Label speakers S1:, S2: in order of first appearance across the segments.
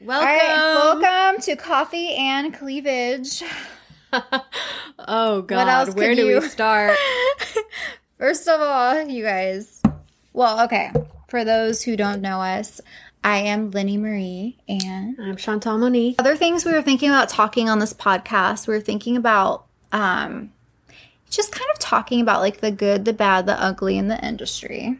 S1: Welcome.
S2: All right, welcome to Coffee and Cleavage.
S1: oh God,
S2: else
S1: where
S2: could
S1: do
S2: you-
S1: we start?
S2: First of all, you guys, well, okay, for those who don't know us, I am Lenny Marie, and
S1: I'm Chantal Monique.
S2: other things we were thinking about talking on this podcast, we were thinking about um, just kind of talking about like the good, the bad, the ugly in the industry.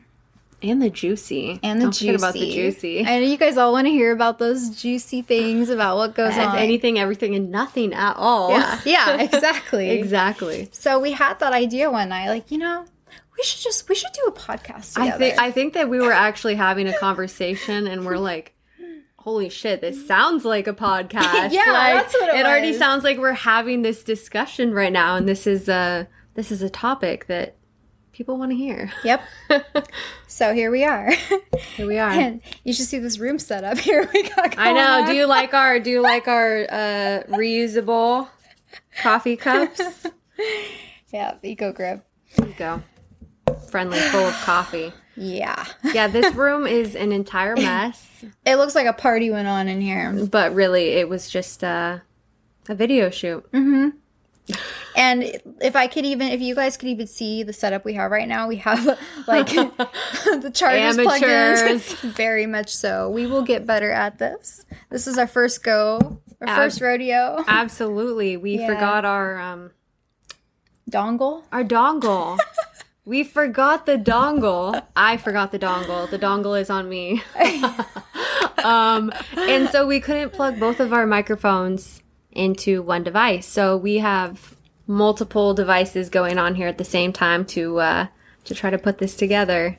S1: And the juicy.
S2: And the
S1: Don't
S2: juicy.
S1: forget about the juicy.
S2: I know you guys all want to hear about those juicy things about what goes on.
S1: Anything, everything, and nothing at all.
S2: yeah, yeah, exactly.
S1: exactly.
S2: So we had that idea one night, like you know, we should just we should do a podcast
S1: I
S2: together.
S1: think I think that we were actually having a conversation, and we're like. Holy shit, this sounds like a podcast.
S2: Yeah,
S1: Like,
S2: that's what it
S1: already
S2: was.
S1: sounds like we're having this discussion right now and this is a this is a topic that people want to hear.
S2: yep. so here we are,
S1: Here we are.
S2: and you should see this room set up here. We got.
S1: I
S2: going
S1: know.
S2: on.
S1: Do you like our do you like our uh reusable coffee cups?
S2: Yeah, eco grip.
S1: There you go. Friendly, full of coffee.
S2: Yeah,
S1: Yeah, this room is an entire mess,
S2: it looks like a party went on in here,
S1: but really it was just uh a video shoot.
S2: and if I could even, if you guys could even see the setup we have right now, we have like the chargers plugged in.
S1: Amateurs.
S2: Very much so. We will get better at this. This is our first go, our
S1: Ab-
S2: first rodeo.
S1: Absolutely. We
S2: Yeah.
S1: forgot our um
S2: Dongle.
S1: our dongle. we forgot the dongle. I forgot the dongle. The dongle is on me. um, and so we couldn't plug both of our microphones into one device. So we have multiple devices going on here at the same time to uh, to try to put this together.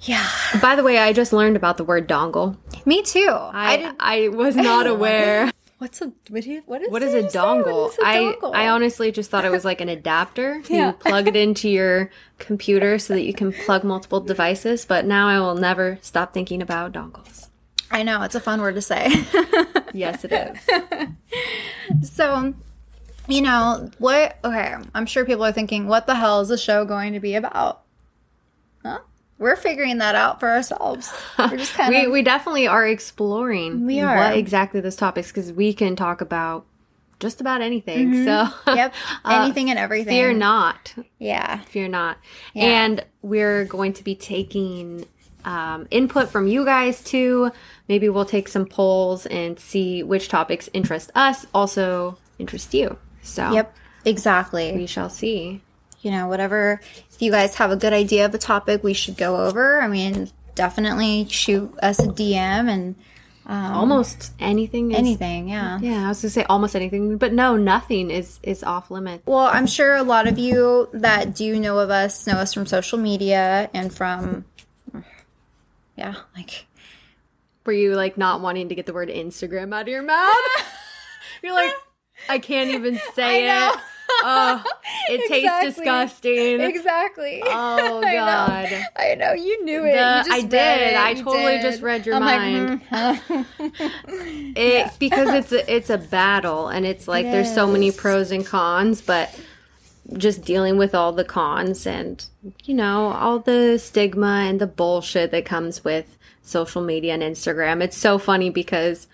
S2: Yeah.
S1: By the way, I just learned about the word dongle.
S2: Me too.
S1: I I, was not aware.
S2: What's a what is what is,
S1: What is a dongle? I I honestly just thought it was like an adapter.
S2: Yeah.
S1: You plug it into your computer so that you can plug multiple devices, but now I will never stop thinking about dongles.
S2: I know it's a fun word to say.
S1: Yes, it is.
S2: so, you know what? Okay, I'm sure people are thinking, what the hell is the show going to be about? Huh? We're figuring that out for ourselves. We're just kind
S1: we
S2: of
S1: we definitely are exploring
S2: We are.
S1: what exactly those topics because we can talk about just about anything. So
S2: yep,
S1: uh,
S2: anything and everything.
S1: fear not.
S2: Yeah,
S1: Fear not.
S2: Yeah.
S1: And we're going to be taking um, input from you guys too. Maybe we'll take some polls and see which topics interest us, also interest you. So
S2: yep, exactly.
S1: we shall see.
S2: you know, whatever. If you guys have a good idea of a topic we should go over, I mean, definitely shoot us a DM and
S1: almost anything is
S2: Um, anything. Yeah.
S1: Yeah, I was gonna say almost anything, but no, nothing is is off limits.
S2: Well, I'm sure a lot of you that do know of us know us from social media and from, yeah, like,
S1: Were you like not wanting to get the word Instagram out of your mouth? You're like, I can't even say
S2: I
S1: it. Oh, it
S2: Exactly.
S1: tastes disgusting.
S2: exactly.
S1: Oh
S2: I know.
S1: god.
S2: I know you knew it. You
S1: The-
S2: just
S1: I
S2: read
S1: did.
S2: it.
S1: I
S2: You
S1: totally
S2: did.
S1: just read your
S2: I'm like,
S1: mind.
S2: mm, huh.
S1: it because it's a, it's a battle and it's like
S2: It
S1: there's so many
S2: is.
S1: pros and cons but just dealing with all the cons and you know all the stigma and the bullshit that comes with social media and Instagram it's so funny because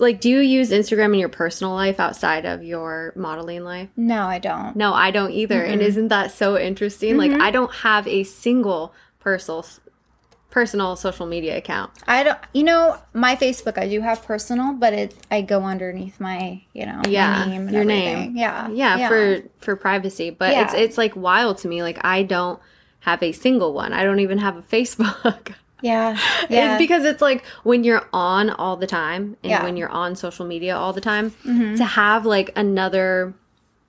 S1: like do you use Instagram in your personal life outside of your modeling life
S2: no, I don't.
S1: no, I don't either. And isn't that so interesting? Like I don't have a single personal personal social media account.
S2: I don't. You know, my Facebook, I do have personal, but it I go underneath my, you know, my
S1: Yeah,
S2: name and
S1: your
S2: everything.
S1: name.
S2: Yeah,
S1: Yeah, for for privacy, but it's
S2: Yeah.
S1: it's like wild to me. Like I don't have a single one. I don't even have a Facebook.
S2: yeah, yeah.
S1: It's because it's like when you're on all the time and
S2: Yeah. Mm-hmm.
S1: when you're on social media all the time to have like another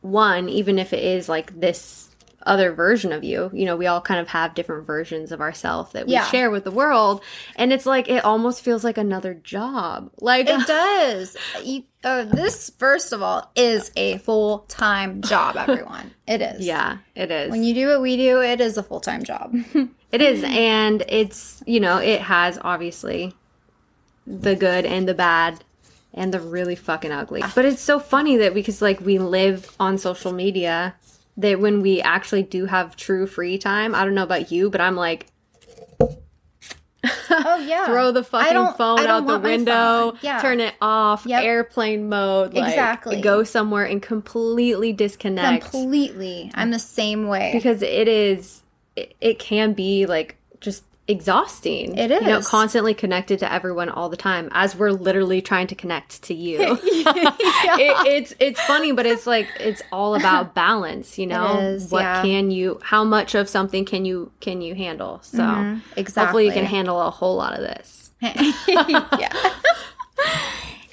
S1: one even if it is like this other version of you. You know, we all kind of have different versions of ourselves that we
S2: Yeah.
S1: share with the world and it's like it almost feels like another job. Like
S2: It does. You, uh, this, first of all, is a full time job, everyone. It is.
S1: yeah, it is.
S2: When you do what we do, it is a full time job.
S1: It is, and it's you know it has obviously the good and the bad and the really fucking ugly. But it's so funny that because like we live on social media, that when we actually do have true free time, I don't know about you, but I'm like.
S2: Oh, yeah.
S1: Throw the
S2: I
S1: fucking
S2: don't-
S1: phone
S2: I don't
S1: out the
S2: want my
S1: window.
S2: phone. Yeah.
S1: Turn it off.
S2: Yep.
S1: Airplane mode. Like,
S2: Exactly.
S1: Go somewhere and completely disconnect
S2: Completely. I'm the same way.
S1: because it is. It, it can be like just exhausting.
S2: It
S1: You know,
S2: is.
S1: constantly connected to everyone all the time, as we're literally trying to connect to you. it, it's it's funny, but it's like it's all about balance. You know,
S2: is,
S1: what
S2: yeah.
S1: can you? How much of something can you can you handle? So
S2: Mm-hmm. exactly.
S1: hopefully you can handle a whole lot of this.
S2: yeah.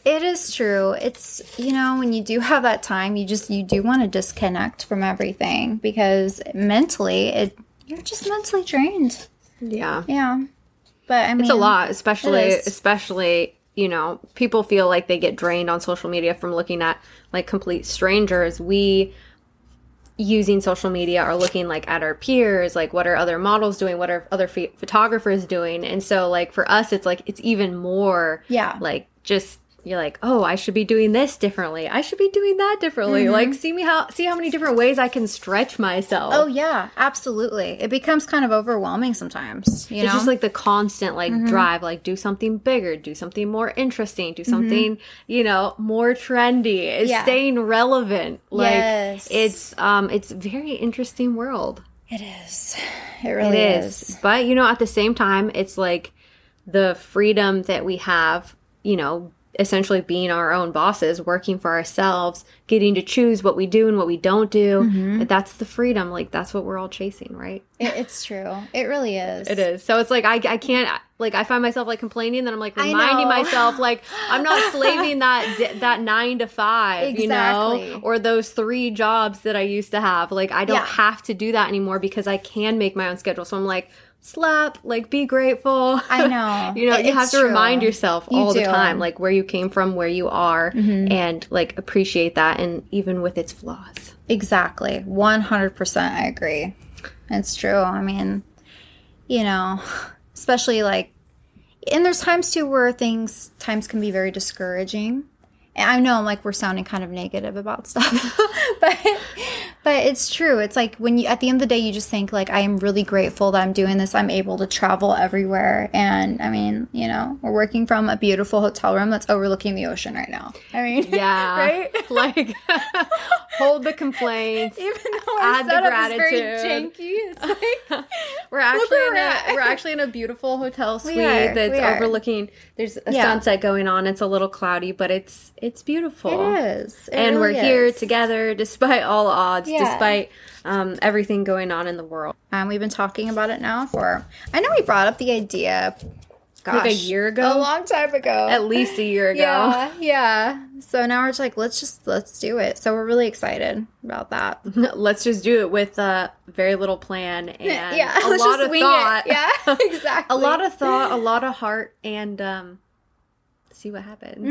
S2: It is true. It's, you know, when you do have that time, you just, you do want to disconnect from everything because mentally, it, you're just mentally drained.
S1: Yeah,
S2: Yeah. But I mean,
S1: it's a lot, especially
S2: It is.
S1: especially you know people feel like they get drained on social media from looking at like complete strangers. We using social media are looking like at our peers like what are other models doing what are other ph- photographers doing and so like for us it's like it's even more
S2: Yeah.
S1: like just you're like oh i should be doing this differently i should be doing that differently
S2: Mm-hmm.
S1: like see me how see how many different ways i can stretch myself
S2: Oh yeah, absolutely. It becomes kind of overwhelming sometimes, you know. Mm-hmm.
S1: It's just like the constant like drive, like do something bigger, do something more interesting, do something, you know, more trendy. It's
S2: Mm-hmm. Yeah.
S1: staying relevant. Like
S2: Yes.
S1: it's um it's very interesting world.
S2: it is. It really
S1: It
S2: is.
S1: is. But you know, at the same time, it's like the freedom that we have, you know, essentially being our own bosses, working for ourselves, getting to choose what we do and what we don't do.
S2: Mm-hmm.
S1: That's the freedom. Like that's what we're all chasing, right?
S2: It- it's true. It really is.
S1: It is. So it's like I, I can't like I find myself like complaining then I'm like
S2: I
S1: reminding
S2: know.
S1: myself like I'm not slaving that di- that 9 to 5, you know,
S2: Exactly.
S1: or those 3 jobs that I used to have. Like I don't
S2: Yeah.
S1: have to do that anymore because I can make my own schedule. So I'm like slap, like be grateful.
S2: I know.
S1: you know,
S2: It-
S1: you have
S2: it's
S1: to remind
S2: true.
S1: yourself
S2: You
S1: all the
S2: do. Mm-hmm.
S1: time like where you came from, where you are and like appreciate that and even with its flaws.
S2: Exactly. 100% I agree. It's true. I mean, you know, especially like, and there's times too where things, times can be very discouraging. And I know I'm like, we're sounding kind of negative about stuff, but, but it's true. It's like when you, at the end of the day, you just think like, I am really grateful that I'm doing this. I'm able to travel everywhere. And I mean, you know, we're working from a beautiful hotel room that's overlooking the ocean right now. I mean,
S1: Yeah.
S2: right?
S1: Like hold the complaints.
S2: even though
S1: Add
S2: our
S1: the
S2: setup is very
S1: gratitude.
S2: janky, it's like
S1: We're actually
S2: where
S1: in a,
S2: we're at.
S1: we're actually in a beautiful hotel suite
S2: are,
S1: that's
S2: we are.
S1: overlooking. There's a
S2: Yeah.
S1: sunset going on. It's a little cloudy, but it's it's beautiful.
S2: it is, It
S1: And
S2: really
S1: we're here
S2: is.
S1: together despite all odds,
S2: Yeah.
S1: despite um, everything going on in the world.
S2: Um, we've been talking about it now for. I know we brought up the idea. Gosh,
S1: Like a year ago?
S2: a long time ago,
S1: At least a year ago.
S2: Yeah, yeah. So now we're just like, let's just let's do it. So we're really excited about that.
S1: Let's just do it with uh, very little plan and
S2: yeah,
S1: a
S2: let's
S1: lot
S2: just
S1: of
S2: wing
S1: thought.
S2: It. Yeah, exactly.
S1: a lot of thought, a lot of heart, and um, see what happens.